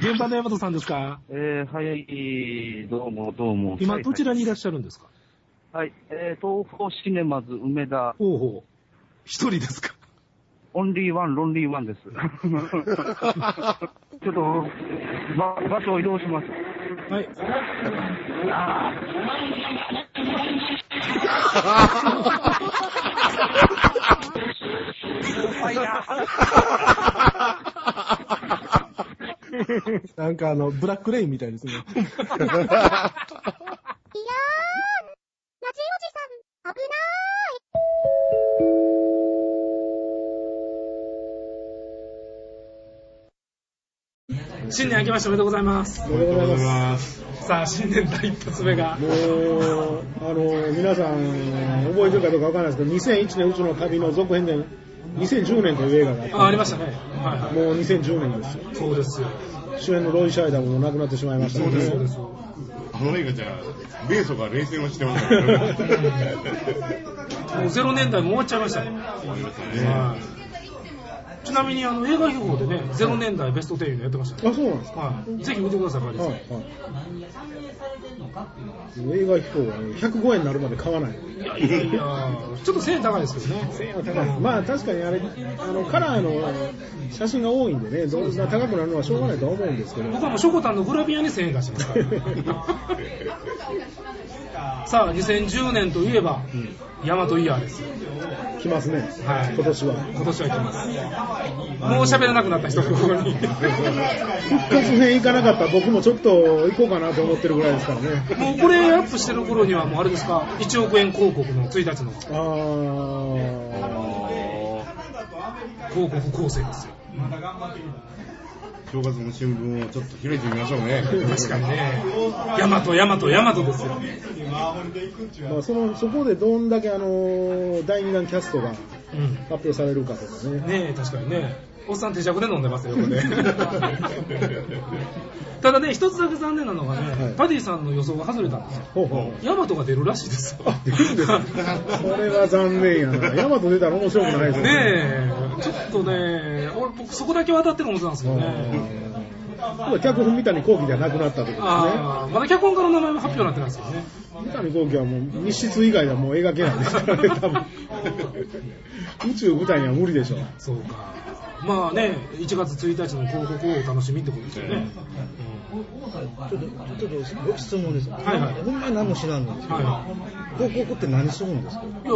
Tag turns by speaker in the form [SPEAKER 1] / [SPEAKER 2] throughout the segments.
[SPEAKER 1] 現場の山田さんですか
[SPEAKER 2] えー、はい、どうもどうも。は
[SPEAKER 1] 今、
[SPEAKER 2] い
[SPEAKER 1] どちらにいらっしゃるんですか
[SPEAKER 2] はい、えー、東方シネマズ梅田、
[SPEAKER 1] ほうほう。一人ですか
[SPEAKER 2] オンリーワン、ロンリーワ ンです。ちょっと、ば場所を移動します。
[SPEAKER 1] はい。 なんかあの、ブラックレインみたいですね。
[SPEAKER 3] いやーラジおじさん、危なーい。
[SPEAKER 4] 新年明けましておめでとうございます。
[SPEAKER 5] おめでとうございます。
[SPEAKER 4] さあ、新年第一発目が。
[SPEAKER 5] もう、あの、皆さん、覚えてるかどうかわからないですけど、2001年宇宙の旅の続編で、2010年という映画があって、
[SPEAKER 4] あ、ありましたね。は
[SPEAKER 5] もう2010年ですよ。
[SPEAKER 4] い。そうですよ。
[SPEAKER 5] 主演のロイ・シャイダーも亡くなってしまいましたので、
[SPEAKER 4] そうです。
[SPEAKER 6] あの映画じゃ、米ソが冷戦をしてましたからね。
[SPEAKER 4] もうゼロ年代も終わっちゃいましたね。
[SPEAKER 6] 思いました
[SPEAKER 4] は
[SPEAKER 6] ね。
[SPEAKER 4] いちなみにあの映画秘宝でね、ゼロ年代ベスト10いうのやってましたね。
[SPEAKER 5] あ、そうなんですか。
[SPEAKER 4] はい。ぜひ見てください、カーリー
[SPEAKER 5] は
[SPEAKER 4] さ
[SPEAKER 5] い
[SPEAKER 4] ん。
[SPEAKER 5] はい。映画飛行はね、105円になるまで買わない。
[SPEAKER 4] いやいやいや、ちょっと1000円高いですけどね。
[SPEAKER 5] まあ確かにあれ、あの、カラーの写真が多いんでね、どう高くなるのはしょうがないとは思うんですけど、
[SPEAKER 4] 僕はもうショコタンのグラビアに1000円出してますから。さあ、2010年といえば、ヤマトイヤーです。
[SPEAKER 5] 来ますね、
[SPEAKER 4] はい
[SPEAKER 5] 今年は。
[SPEAKER 4] 今年は行きます。もう喋らなくなった人がここに。
[SPEAKER 5] 復活編行かなかった僕もちょっと行こうかなと思ってるぐらいですからね。
[SPEAKER 4] もうこれアップしてる頃にはもうあれですか、1億円広告の1日の
[SPEAKER 5] あー
[SPEAKER 4] 広告構成ですよ。
[SPEAKER 6] 正月の新聞をちょっと開いてみましょうね。
[SPEAKER 4] 確かにね。ヤマト、ヤマト、ヤマトですよ。
[SPEAKER 5] まあ、そのそこでどんだけあの第2弾キャストが発
[SPEAKER 4] うん。
[SPEAKER 5] 表されるかとかね。
[SPEAKER 4] ねえ、確かにね。おっさん手酌で飲んでますよ、これ。 ただね、一つだけ残念なのがね、
[SPEAKER 5] はい
[SPEAKER 4] パディさんの予想が外れたんですよ。
[SPEAKER 5] ほうほう
[SPEAKER 4] ヤマトが出るらしいですよ。
[SPEAKER 5] 出るんですか これは残念やな。ヤマト出たら面白くないです
[SPEAKER 4] ねえ、ちょっとね、俺僕そこだけ渡ってると思ってたんですけどね。
[SPEAKER 5] あー脚本三谷幸喜じゃなくなったってことですね。
[SPEAKER 4] ああ、まだ脚本家の名前も発表になってないですけどね。
[SPEAKER 5] 三谷幸喜はもう密室以外ではもう描けないですからね、多分。宇宙舞台には無理でしょう。
[SPEAKER 4] そうか。まあね、1月1日の広告をお楽しみってことですよね。
[SPEAKER 7] ちょっと、ちょっと質問です。
[SPEAKER 4] はいはい
[SPEAKER 7] ほんまに何も知らんのです
[SPEAKER 4] うん
[SPEAKER 7] よ。
[SPEAKER 4] はい。
[SPEAKER 7] 広告って何するんですか
[SPEAKER 4] いや、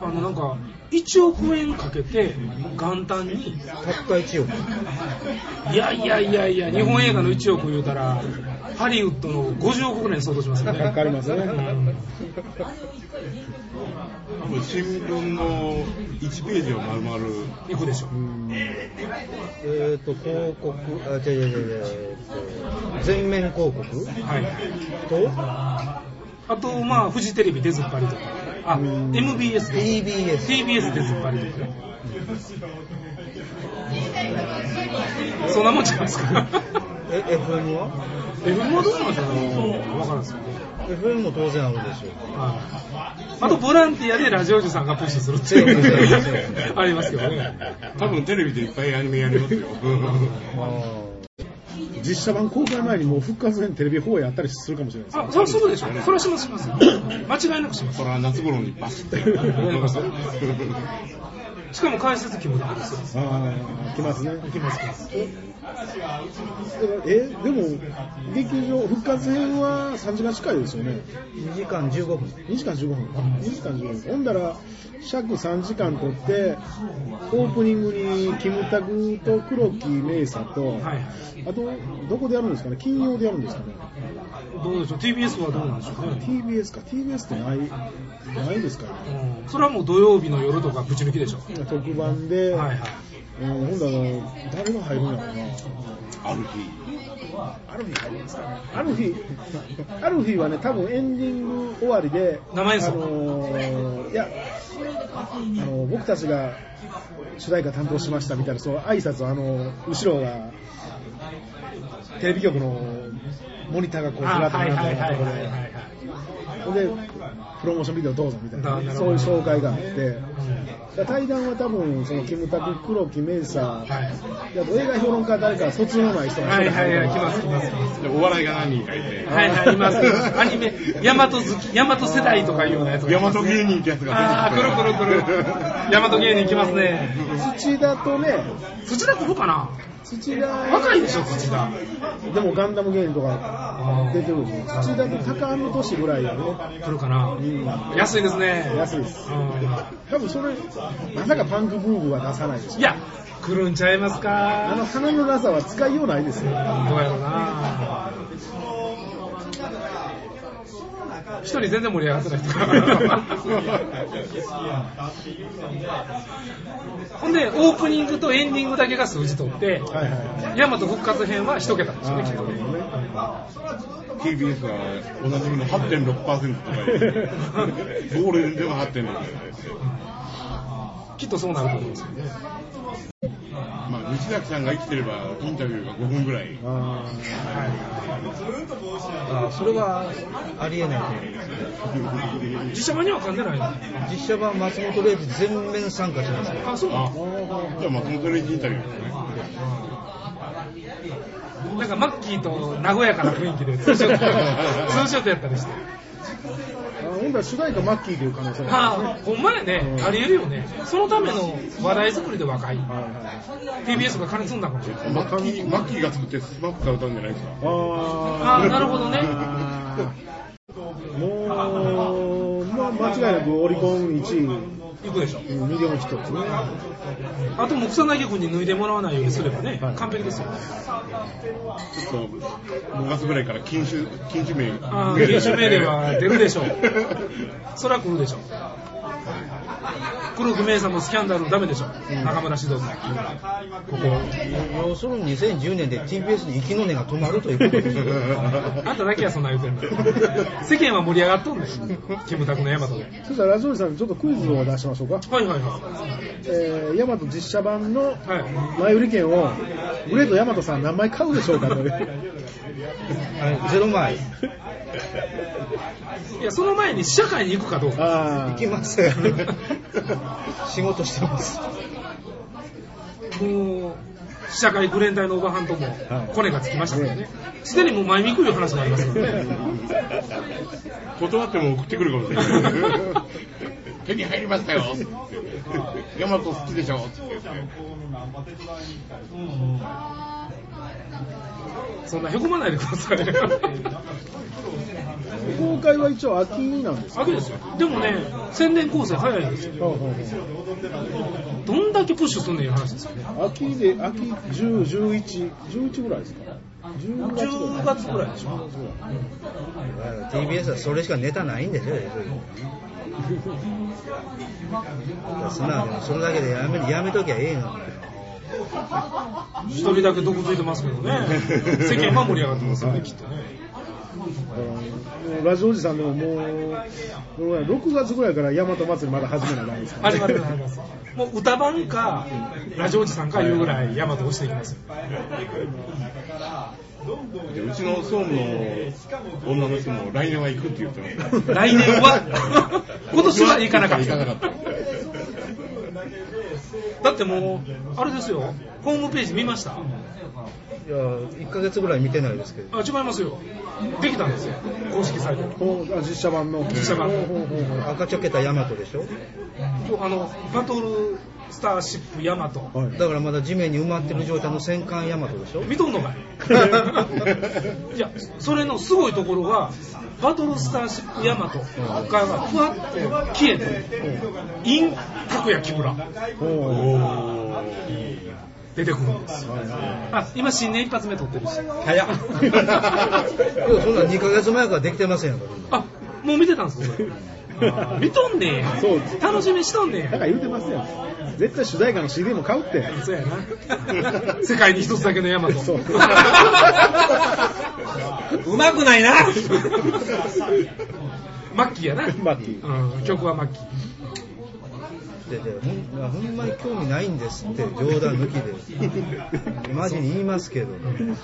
[SPEAKER 4] あのなんか、1億円かけて、元旦に、
[SPEAKER 7] たった1億。
[SPEAKER 4] いやいやいやいや、日本映画の1億言うたら、ハリウッドの50億ぐらいに相当しますよね。
[SPEAKER 5] かかりますね
[SPEAKER 4] うん
[SPEAKER 6] 多分新聞の1ページを丸々、
[SPEAKER 4] 行くでしょ。
[SPEAKER 7] えっ、と、広告、あ、違う違う違う違うえーと全面広告
[SPEAKER 4] はい。
[SPEAKER 7] と
[SPEAKER 4] あと、まあ、フジテレビ出ずっぱりとか、あ、MBS です。
[SPEAKER 7] TBS。
[SPEAKER 4] TBS 出ずっぱりとかね。そんなもんじゃないですか。
[SPEAKER 7] え、FM は
[SPEAKER 4] え、もうどうなんですかわからんですよね。
[SPEAKER 7] ?FM も当然あるでしょう。
[SPEAKER 4] はいあと、ボランティアでラジオジさんがプッシュするっていう、 ありますけどね。
[SPEAKER 6] 多分テレビでいっぱいアニメやりますよ。
[SPEAKER 7] あ
[SPEAKER 5] 実写版公開前にもう復活編テレビ放映あったりするかもしれないです
[SPEAKER 4] あ、それはすぐでしょ。それはします、します。間違いなくします。
[SPEAKER 6] それは夏頃にバスって。
[SPEAKER 4] しかも解説機もダメですよ。
[SPEAKER 5] ああ、来ますね。
[SPEAKER 4] いきます、いきます。
[SPEAKER 5] え、でも、劇場、復活編は3時間近いですよね。
[SPEAKER 7] 2時間15分。
[SPEAKER 5] 2時間15分。2時間15分。ほんだら、尺3時間取って、オープニングにキムタクと黒木メイサと、
[SPEAKER 4] はいはい。
[SPEAKER 5] あと、どこでやるんですかね金曜でやるんですかね
[SPEAKER 4] どうでしょう。TBS はどうなんでしょうね。
[SPEAKER 5] ?TBS か。TBS ってない、ないですかね
[SPEAKER 4] うんそれはもう土曜日の夜とかぶち抜きでしょ。
[SPEAKER 5] 特番で、
[SPEAKER 4] はいは
[SPEAKER 5] う
[SPEAKER 4] い。
[SPEAKER 5] んほんだら、誰が入るんだろうな。
[SPEAKER 6] ある
[SPEAKER 5] アルフィー入りますかアルフィー、アルフィーはね、多分エンディング終わりで、
[SPEAKER 4] 生演奏
[SPEAKER 5] あのーいや、あのー僕たちが主題歌担当しましたみたいな、そう挨拶をあのー後ろが、テレビ局のモニターがこう、ずらっと並んでるところで、ほんで、
[SPEAKER 7] プロモーションビデオどうぞみたい
[SPEAKER 4] なる
[SPEAKER 7] な、そ
[SPEAKER 4] ほ
[SPEAKER 7] うい
[SPEAKER 4] ど
[SPEAKER 7] う紹介があって、だから対談は多分、そのキムタク、黒木メイサー、であと映画評論家誰か、疎通のない人が
[SPEAKER 4] はいはいはい、
[SPEAKER 7] 来
[SPEAKER 4] 来ます来ます来ます。
[SPEAKER 6] でお笑いが何人かいて、
[SPEAKER 4] はいはい、いますいます。アニメ、ヤマト好き、ヤマト世代とかいうようなやつがい
[SPEAKER 6] 大
[SPEAKER 4] ま
[SPEAKER 6] 和
[SPEAKER 4] すね
[SPEAKER 6] 芸人ってやつが
[SPEAKER 4] あ
[SPEAKER 6] 出て
[SPEAKER 4] ー、く
[SPEAKER 6] きて
[SPEAKER 4] るくるくる。ヤマト芸人来ますね。
[SPEAKER 7] 土田とね、
[SPEAKER 4] 土田来るかな
[SPEAKER 7] 土田、
[SPEAKER 4] 若いでしょ、土田。
[SPEAKER 7] でもガンダム芸人とか出てるし、土田と高野年ぐらいやね、
[SPEAKER 4] 来るかな
[SPEAKER 7] うん
[SPEAKER 4] 安いですね。
[SPEAKER 7] 安いです。
[SPEAKER 4] うん
[SPEAKER 7] 多分それ、まさかパンクブームは出さないでしょ。
[SPEAKER 4] いや、来るんちゃいます
[SPEAKER 7] あの
[SPEAKER 4] か
[SPEAKER 7] 花のラザは使いようないですよ。
[SPEAKER 4] どうやろうな一人全然盛り上がってない人 ほんで、オープニングとエンディングだけが数字取って、
[SPEAKER 7] はいはい。
[SPEAKER 4] ヤマト復活編は一桁ですよね、きっとね。
[SPEAKER 6] TBS はおなじみの8.6%とか言って、ゴールデンでは8.6%とか言って、
[SPEAKER 4] きっとそうなると思うんですよね。
[SPEAKER 6] まあ、西崎さんが生きてればインタビューが5分ぐらい。
[SPEAKER 7] あ
[SPEAKER 8] あそれはありえないと思います
[SPEAKER 4] 実写版には噛んでないの
[SPEAKER 8] 実写版松本零士全面参加しますよ
[SPEAKER 4] あ、そうな
[SPEAKER 6] あ
[SPEAKER 4] の、
[SPEAKER 6] じゃあ松本零士インタビューですね。
[SPEAKER 4] なんかマッキーと和やかな雰囲気でツーショ ット、ツーショットやったりして。
[SPEAKER 7] ーあほんだら主題歌マッキーという可能性があるんで
[SPEAKER 4] はあ、ほんまやね、ありえるよね。そのための話題作りで若い。TBS が金積んだかもしれない。
[SPEAKER 6] マッキー、マッキーが作ってスマップが歌うんじゃないですか
[SPEAKER 7] すね。あ
[SPEAKER 4] ああ、なるほどね。
[SPEAKER 7] ーもう、まあ、間違いなくオリコン1
[SPEAKER 4] 行くでしょ。
[SPEAKER 7] 位、ミリオンヒットですね。
[SPEAKER 4] あと、もう草薙君に脱いでもらわないようにすればね、完璧ですよ。
[SPEAKER 6] ちょっと、5月ぐらいから禁酒、禁酒名
[SPEAKER 4] ああ、禁酒命令は出るでしょう。そら来るでしょう。黒木メイさんもスキャンダルダメでしょ。中村獅童さん。ここ。
[SPEAKER 8] 要するに2010年で TBS に息の根が止まるということですよ
[SPEAKER 4] あんただけやそんなん言うてんの。 世間は盛り上がっとんねん。キムタクのヤマトで。は
[SPEAKER 7] そしたらラジオリさんにちょっとクイズを出しましょうか。
[SPEAKER 4] いはいは
[SPEAKER 7] えー、ヤマト実写版の
[SPEAKER 4] い。は
[SPEAKER 7] 前売り券を、グレートヤマトさん何枚買うでしょうかという。
[SPEAKER 8] はいゼロ
[SPEAKER 4] い。
[SPEAKER 8] 枚
[SPEAKER 4] いや、その前に試写会に行くかどうか。
[SPEAKER 7] あ
[SPEAKER 8] 行き
[SPEAKER 7] ー
[SPEAKER 8] ません 仕事してます
[SPEAKER 4] もう、試写会グレン隊のオバハンとも、コネがつきましたからね。すでにもう前見くいう話がありますからね。
[SPEAKER 6] 断っても送ってくるかもしれない。手に入りましたよってヤマト好きでしょって言って
[SPEAKER 4] そんなへこまないでください。
[SPEAKER 7] 公開は一応秋なんですよ。
[SPEAKER 4] わけですよ。でもね、宣伝構成早いんですよ。
[SPEAKER 7] ほうほうほ
[SPEAKER 4] どんだけプッシュすんねんいう話ですよね。
[SPEAKER 7] う秋で、秋10、11、11ぐらいですか ?10 月ぐ
[SPEAKER 4] 10月ぐら
[SPEAKER 7] らい。
[SPEAKER 4] いでしょ。
[SPEAKER 8] TBS はそれしかネタないんですよ 要するに素直にそれだけでやめやめときゃええ の
[SPEAKER 4] 一人だけ毒づいてますけどね。世間は盛り上がってますよね、きっとね。
[SPEAKER 7] もうラジオおじさんでももう、どうや6月ぐらいから大和祭りまだ始めないですから、
[SPEAKER 4] 始まる始まります。もう歌番か、ラジオおじさんかいうぐらい、ヤマト押していきますよ。
[SPEAKER 6] でうちの総務の女の人も来年は行くって言ってました。
[SPEAKER 4] 来年 は、今年は行かなかった。
[SPEAKER 6] 行かなかった
[SPEAKER 4] だってもう、あれですよ、ホームページ見ました
[SPEAKER 8] いや1ヶ月ぐらい見てないですけど
[SPEAKER 4] あ、違いますよ。できたんですよ、公式サイト。
[SPEAKER 7] ほうあ実写版の。
[SPEAKER 4] 実写版
[SPEAKER 7] ほうほうほうほう
[SPEAKER 8] 赤ちょけたヤマトでしょ
[SPEAKER 4] あの、バトルスターシップヤマト。
[SPEAKER 7] はい
[SPEAKER 8] だからまだ地面に埋まってる状態の戦艦ヤマトでしょ
[SPEAKER 4] 見とんのか いいや、それのすごいところが、バトルスターシップヤマトがふわって消えて、インタクヤ木村
[SPEAKER 7] ほう
[SPEAKER 4] 出てくるんですよ。あ、今新年一発目撮ってるし。
[SPEAKER 8] 早 っいやそんなん2ヶ月前からできてませんよ
[SPEAKER 4] あ、もう見てたんですかそれ 見とんねや
[SPEAKER 7] そうです
[SPEAKER 4] 楽しみしとんね
[SPEAKER 7] だ
[SPEAKER 4] や
[SPEAKER 7] から言うてますよ。絶対主題歌の CD も買うって。
[SPEAKER 4] そうや な。世界に一つだけのヤマト。
[SPEAKER 7] そう
[SPEAKER 4] うまくないな。マッキーやな。
[SPEAKER 7] マッキ
[SPEAKER 4] うん、曲はマッキー。
[SPEAKER 8] ででほんほんまに興味ないんですって 冗談抜きでマジに言いますけど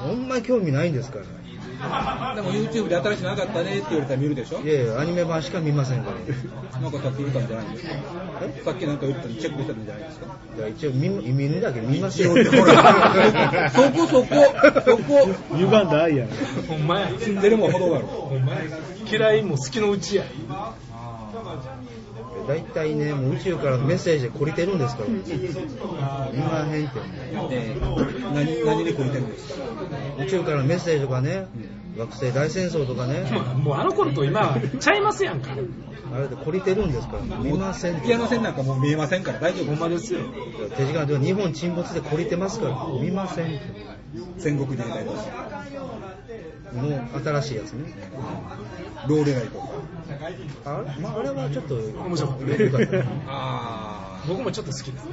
[SPEAKER 8] ほんまに興味ないんですから
[SPEAKER 5] でも YouTube で新しいのなかったねって言われたら見るでしょ
[SPEAKER 8] いやいや、アニメ版しか見ませんから。
[SPEAKER 5] なんかさっき言ったんじゃないんですかさっきなんか言ったのチェックしたんじゃないですか
[SPEAKER 8] いや一応見、見るだけ見ます よ。
[SPEAKER 5] ほらそこそこそこ
[SPEAKER 7] 歪んだ愛やね。
[SPEAKER 4] ほんまや。
[SPEAKER 5] 住んでるもんほどがある
[SPEAKER 4] ほんまや。嫌いも好きのうちや。
[SPEAKER 8] 大体ね、もう宇宙からのメッセージで懲りてるんですから。今へんってね。
[SPEAKER 5] えー何何でこいてるんですか
[SPEAKER 8] 宇宙からのメッセージとかね、惑星大戦争とかね、
[SPEAKER 4] もうあの頃と今、ちゃいますやんか。
[SPEAKER 8] あれで懲りてるんですから。見ませんって。
[SPEAKER 5] ピアノ線なんかもう見えませんから大丈
[SPEAKER 4] ほんま
[SPEAKER 5] 夫
[SPEAKER 4] ですよ。
[SPEAKER 8] 手時間では日本沈没で懲りてますから。見ませんって。
[SPEAKER 5] 戦国時代とか
[SPEAKER 8] もう新しいやつね。
[SPEAKER 5] ローレライとか
[SPEAKER 8] あれ,、まあ、あれはちょっと
[SPEAKER 4] 面白かった
[SPEAKER 8] よかったね
[SPEAKER 5] あ
[SPEAKER 4] 僕もちょっと好きです。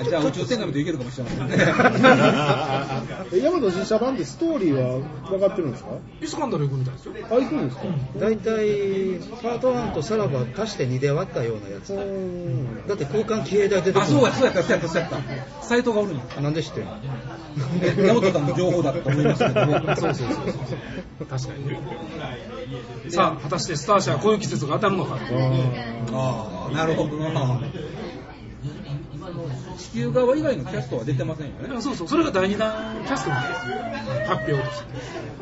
[SPEAKER 5] あじゃあ宇宙船が見ていけるかもしれません ね
[SPEAKER 7] えヤマト実写版ってストーリーは分かってるんですか
[SPEAKER 4] イスカンダル行くみたいですよ。
[SPEAKER 7] あ、行くんですか
[SPEAKER 8] 大体、パート1とさらば足して2で割ったようなやつ
[SPEAKER 7] う。ん。
[SPEAKER 8] だって交換機兵隊出てくる。
[SPEAKER 5] あそうやそうやったそうやったそうやった斎藤がおるんや
[SPEAKER 8] なんで知ってるの
[SPEAKER 5] で直人さんの情報だと思いますけどもそうそうそう
[SPEAKER 4] 確かにね。さあ、果たしてスター社はこういう季節が当たるのか。
[SPEAKER 5] ああなるほどな地球側以外のキャストは出てませんよね
[SPEAKER 4] あそうそう、それが第2弾キャストなんですよ。発表として。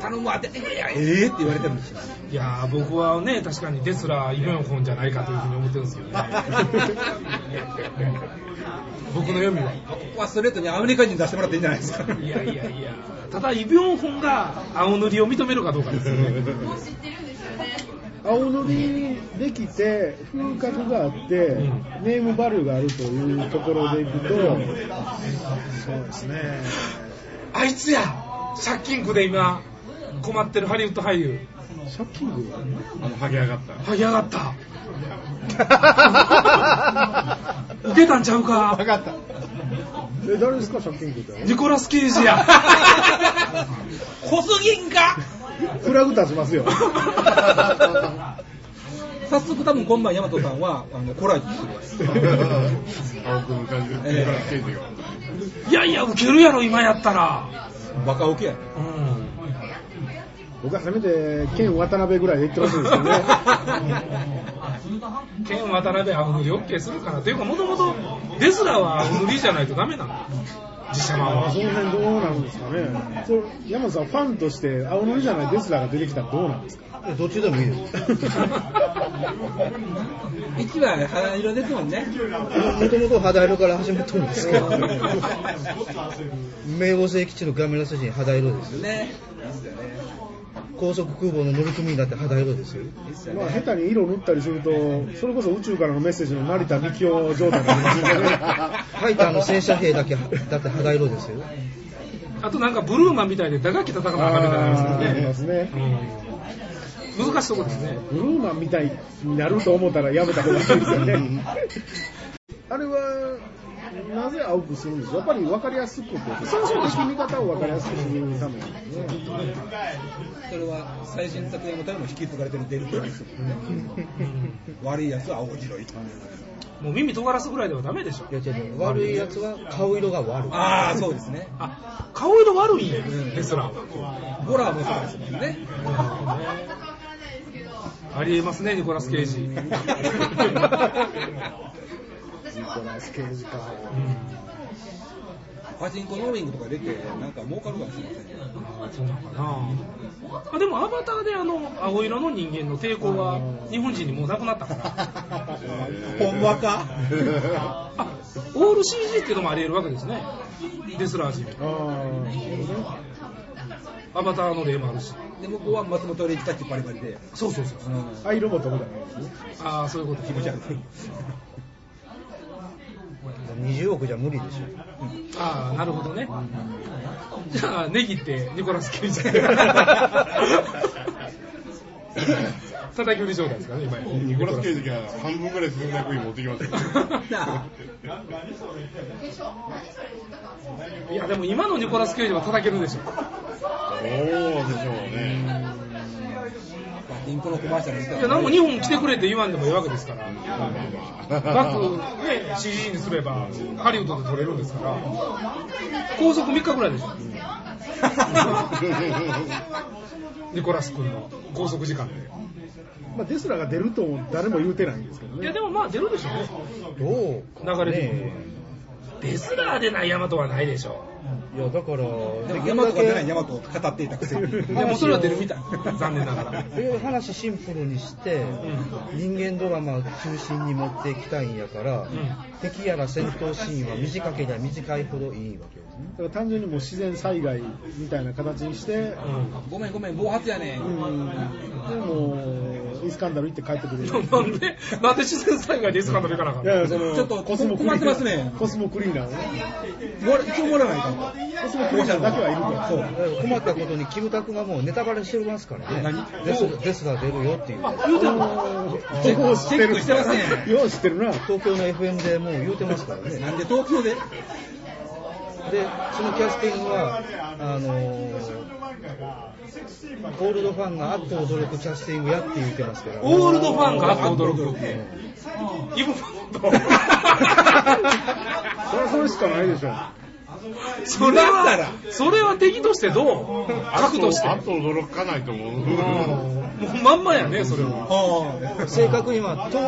[SPEAKER 5] 頼むわてえやええって言われてるんですよ
[SPEAKER 4] いやー僕はね、確かにデスラー、イブヨンホンじゃないかというふうに思ってるんですけどね。 僕の読みは。
[SPEAKER 5] ここはストレートにアメリカ人出してもらっていいんじゃないですか
[SPEAKER 4] いやいやいや、ただイブヨンホンが青塗りを認めるかどうかですよね。
[SPEAKER 7] 青のりできて、風格があって、ネームバリューがあるというところでいくと、そうですね。
[SPEAKER 4] あいつや借金苦で今、困ってるハリウッド俳優。
[SPEAKER 7] 借金軍
[SPEAKER 6] あの、剥げ上がった。
[SPEAKER 4] はい、上が った。受けたんちゃうか。
[SPEAKER 6] がった。
[SPEAKER 7] え、誰ですか借金軍って。
[SPEAKER 4] ニコラス・ケイジや。
[SPEAKER 5] 小杉んか
[SPEAKER 7] フラグ立ちますよ。
[SPEAKER 5] 早速多分今晩ヤマトさんはあのコラージュするわ
[SPEAKER 6] 青くの感じで、ニコラスケイジが。
[SPEAKER 4] いやいや、受けるやろ、今やったら。
[SPEAKER 5] バカオケやね
[SPEAKER 4] うん。
[SPEAKER 7] 僕はせめて、剣渡辺ぐらいで言ってほしいんです よね。
[SPEAKER 4] 剣渡辺青塗り OK するからというかもともとデスラーは青塗りじゃないとダメなの実写版
[SPEAKER 7] あ
[SPEAKER 4] は
[SPEAKER 7] その辺どうなるんですかね。そう山田さん、ファンとして、青のりじゃないデスラーが出てきたらどうなんですか
[SPEAKER 8] いやどっちでもいいです。
[SPEAKER 5] 一番肌色ですもんね
[SPEAKER 8] もともと肌色から始まったんで すけど、冥王星基地の画面の筋に肌色ですよ。
[SPEAKER 5] ね
[SPEAKER 8] 高速空母の乗組員だって肌色ですよ。
[SPEAKER 7] まあ、下手に色塗ったりすると、それこそ宇宙からのメッセージの成田幹雄状態になりますよね。
[SPEAKER 8] ファイターの戦車兵だけだって肌色ですよ。
[SPEAKER 4] あとなんかブルーマンみたいで打楽器叩かなあかんみたいなのあ
[SPEAKER 7] あーあり
[SPEAKER 4] り
[SPEAKER 7] ま
[SPEAKER 4] ます
[SPEAKER 7] す
[SPEAKER 4] よね、
[SPEAKER 7] ね。
[SPEAKER 4] うん、難しいとこですね
[SPEAKER 7] ブルーマンみたいになると思ったらやめた方がいいですよね。あれは、なぜ青くするんですかやっぱり分かりやすくて、最初の敵味方を分かりやすくするためにね。
[SPEAKER 5] それは最新作やのためも引き継がれてるデルトですもんね悪いやつは青白い
[SPEAKER 4] もう耳尖らすぐらいではダメでしょ
[SPEAKER 8] いや違う違う悪いやつは顔色が悪い。
[SPEAKER 5] ああそうですね
[SPEAKER 4] あ顔色悪いんやデスラーは
[SPEAKER 5] ホラーもそうですもんね
[SPEAKER 4] ありえますねニコラス・ケイジ
[SPEAKER 7] ニコラス・ケイジか。
[SPEAKER 5] パチンコノーウィングとか出てなんか儲かるかもしれませんね
[SPEAKER 4] そうなのかなあでもアバターであの青色の人間の抵抗は日本人にもうなくなったから
[SPEAKER 5] ほんまか
[SPEAKER 4] あオール CG っていうのもあり得るわけですねデスラー人
[SPEAKER 7] ああ、
[SPEAKER 4] アバターの例もあるし
[SPEAKER 5] で向こうは松本零士たちバリバリで
[SPEAKER 4] そうそうそう
[SPEAKER 7] アイロボットみたいなもんですね。
[SPEAKER 4] ああそういうこと気持ち悪い
[SPEAKER 8] 20億じゃ無理でしょ。
[SPEAKER 4] ああなるほどねじゃあネギってニコラス・ケイジ叩き売り状態ですかね今
[SPEAKER 6] ニコラス ケイジが半分ぐらいスズメダクイ持って きますよ。
[SPEAKER 5] なあ
[SPEAKER 4] いやでも今のニコラス・ケイジは叩けるでしょ
[SPEAKER 6] そうでしょうね。
[SPEAKER 5] パチンコのコマーシャルですか
[SPEAKER 4] い
[SPEAKER 5] ら
[SPEAKER 4] や何
[SPEAKER 5] ね
[SPEAKER 4] も日本来てくれって言わんでもいいわけですから
[SPEAKER 6] まあまあまあ。
[SPEAKER 4] 額ね CG にすればハリウッドで撮れるんですから高速3日ぐらいでしょニコラス君の拘束時間で。
[SPEAKER 7] まあ、デスラが出るとも誰も言うてないんですけど
[SPEAKER 4] い
[SPEAKER 7] ね。
[SPEAKER 4] や、でもまあ出るでしょうね。
[SPEAKER 8] どうか、ね、
[SPEAKER 4] 流れてくるデスラーでないヤマトはないでしょ
[SPEAKER 8] いや、だから、
[SPEAKER 5] で
[SPEAKER 8] で
[SPEAKER 5] も
[SPEAKER 8] き
[SPEAKER 5] ヤ
[SPEAKER 8] る
[SPEAKER 5] マ
[SPEAKER 8] だ
[SPEAKER 5] トが出な
[SPEAKER 8] け
[SPEAKER 5] いヤマトを語っていたくせに。
[SPEAKER 4] う。でもそれは出 るみたい。残念ながら。
[SPEAKER 8] え話シンプルにして、人間ドラマ中心に持っていきたいんやから、敵やら戦闘シーンは短ければ短いほどいいわけですね。
[SPEAKER 7] だから単純にもう自然災害みたいな形にして、
[SPEAKER 5] ごめんごめん、暴発やね
[SPEAKER 7] うん、でもう、イスカンダル行って帰ってくれる。
[SPEAKER 4] なんで、なんで自然災害でいつかなりかなあかん
[SPEAKER 7] い
[SPEAKER 4] の
[SPEAKER 7] やいやその
[SPEAKER 5] ちょっと
[SPEAKER 7] コスモクリ
[SPEAKER 5] 困
[SPEAKER 7] ー
[SPEAKER 5] ってますね
[SPEAKER 7] コスモクリーナーをね。
[SPEAKER 5] 漏れ一応漏れないかも。
[SPEAKER 7] コスモクリーナーだけはいるから。
[SPEAKER 8] だから困ったことにキムタクがもうネタバレしてますからね。デスデスが出るよっていう。
[SPEAKER 7] そう。よう知って
[SPEAKER 5] チェックしてます
[SPEAKER 7] る。
[SPEAKER 5] ね
[SPEAKER 7] よう知ってるな。
[SPEAKER 8] 東京の FM でもう言うてますからね。
[SPEAKER 5] なんで東京で
[SPEAKER 8] で、そのキャスティングは、あのー、オールドファンがあっと驚くキャスティングやって言ってますから、
[SPEAKER 4] オールドファンがあって驚く。イブファン
[SPEAKER 7] それはそれしかないでしょ。
[SPEAKER 4] と。それは、それは敵としてどう悪として。
[SPEAKER 6] あと驚かないと思う。
[SPEAKER 4] もうまんまやね、それは。
[SPEAKER 8] 正確には、と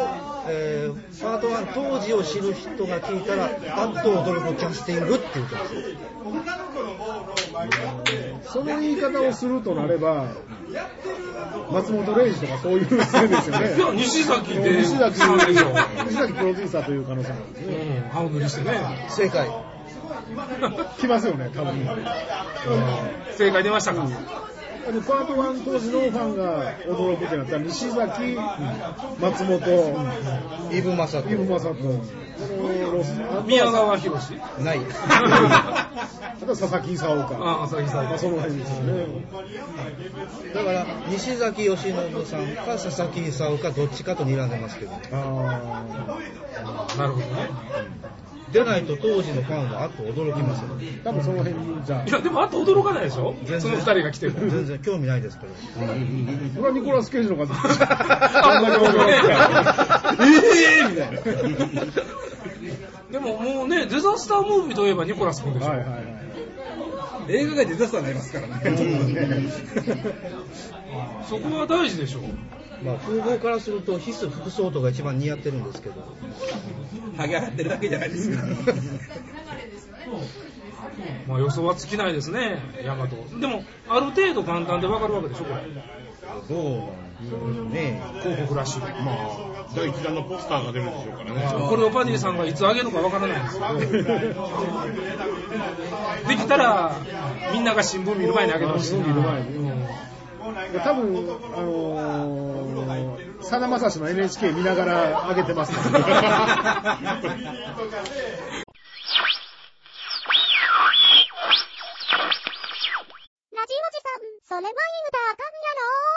[SPEAKER 8] えーパート1当時を知る人が聞いたら、あっと驚くキャスティングって言ってますよ。
[SPEAKER 7] その言い方をするとなれば、松本零士とかそういうせいですよ
[SPEAKER 4] いや、
[SPEAKER 7] ね。
[SPEAKER 4] 西崎で、
[SPEAKER 7] 西崎、
[SPEAKER 4] そうでしょ。
[SPEAKER 7] 西崎プロデューサーという可能性もあるんですね。
[SPEAKER 4] うん、青塗りしてね。
[SPEAKER 8] 正解。
[SPEAKER 7] 来ますよね、多分。
[SPEAKER 4] 正解出ましたか。
[SPEAKER 7] でパート1当時のファンが驚くってなったら、西崎、松本、
[SPEAKER 8] イブマサト
[SPEAKER 7] イ。ブマサト、このロスあと
[SPEAKER 4] 宮川博士。
[SPEAKER 8] ない。
[SPEAKER 7] あとは佐々木功か。
[SPEAKER 4] ああ、佐々木
[SPEAKER 7] まあ
[SPEAKER 4] さ
[SPEAKER 7] その辺ですよね。
[SPEAKER 8] だから、西崎由伸さんか佐々木勲かどっちかと睨んでますけど、
[SPEAKER 7] あ
[SPEAKER 4] ん。なるほどね。
[SPEAKER 8] 出ないと当時のファンはあっと驚きますよ。
[SPEAKER 7] ー多分その辺に、じゃ
[SPEAKER 4] いや、でもあと驚かないでしょ
[SPEAKER 8] 全然
[SPEAKER 4] その二人が来てる。
[SPEAKER 8] 全然興味ないですけど。
[SPEAKER 7] あ、それはニコラス・ケイジの方が
[SPEAKER 4] あ
[SPEAKER 7] あんなに驚くから。
[SPEAKER 4] ええ
[SPEAKER 7] みたいな。
[SPEAKER 4] でももうね、デザスタームービーといえばニコラス君でしょ、
[SPEAKER 7] はいはいはい。
[SPEAKER 5] 映画がデザスターになりますからね。
[SPEAKER 4] そこは大事でしょ
[SPEAKER 8] まあ、風貌からすると、ヒス服装とが一番似合ってるんですけど、
[SPEAKER 5] ハゲ上がってるだけじゃないですか。
[SPEAKER 4] まあ予想は尽きないですね、ヤマト。でも、ある程度簡単でわかるわけでしょこれ。
[SPEAKER 8] どうなんね
[SPEAKER 4] 広告ラッシュで。
[SPEAKER 6] まあ、第一弾のポスターが出るでしょうからね。
[SPEAKER 4] これをパディさんがいつあげるのかわからないんですけど。 できたら、みんなが新聞見る前にあげてほしいな。
[SPEAKER 7] 新聞見る前に 多分、あのー、さだまさしの NHK 見ながら上げてます、ね、
[SPEAKER 3] ラジオジさん、それは言うたらあかんやろ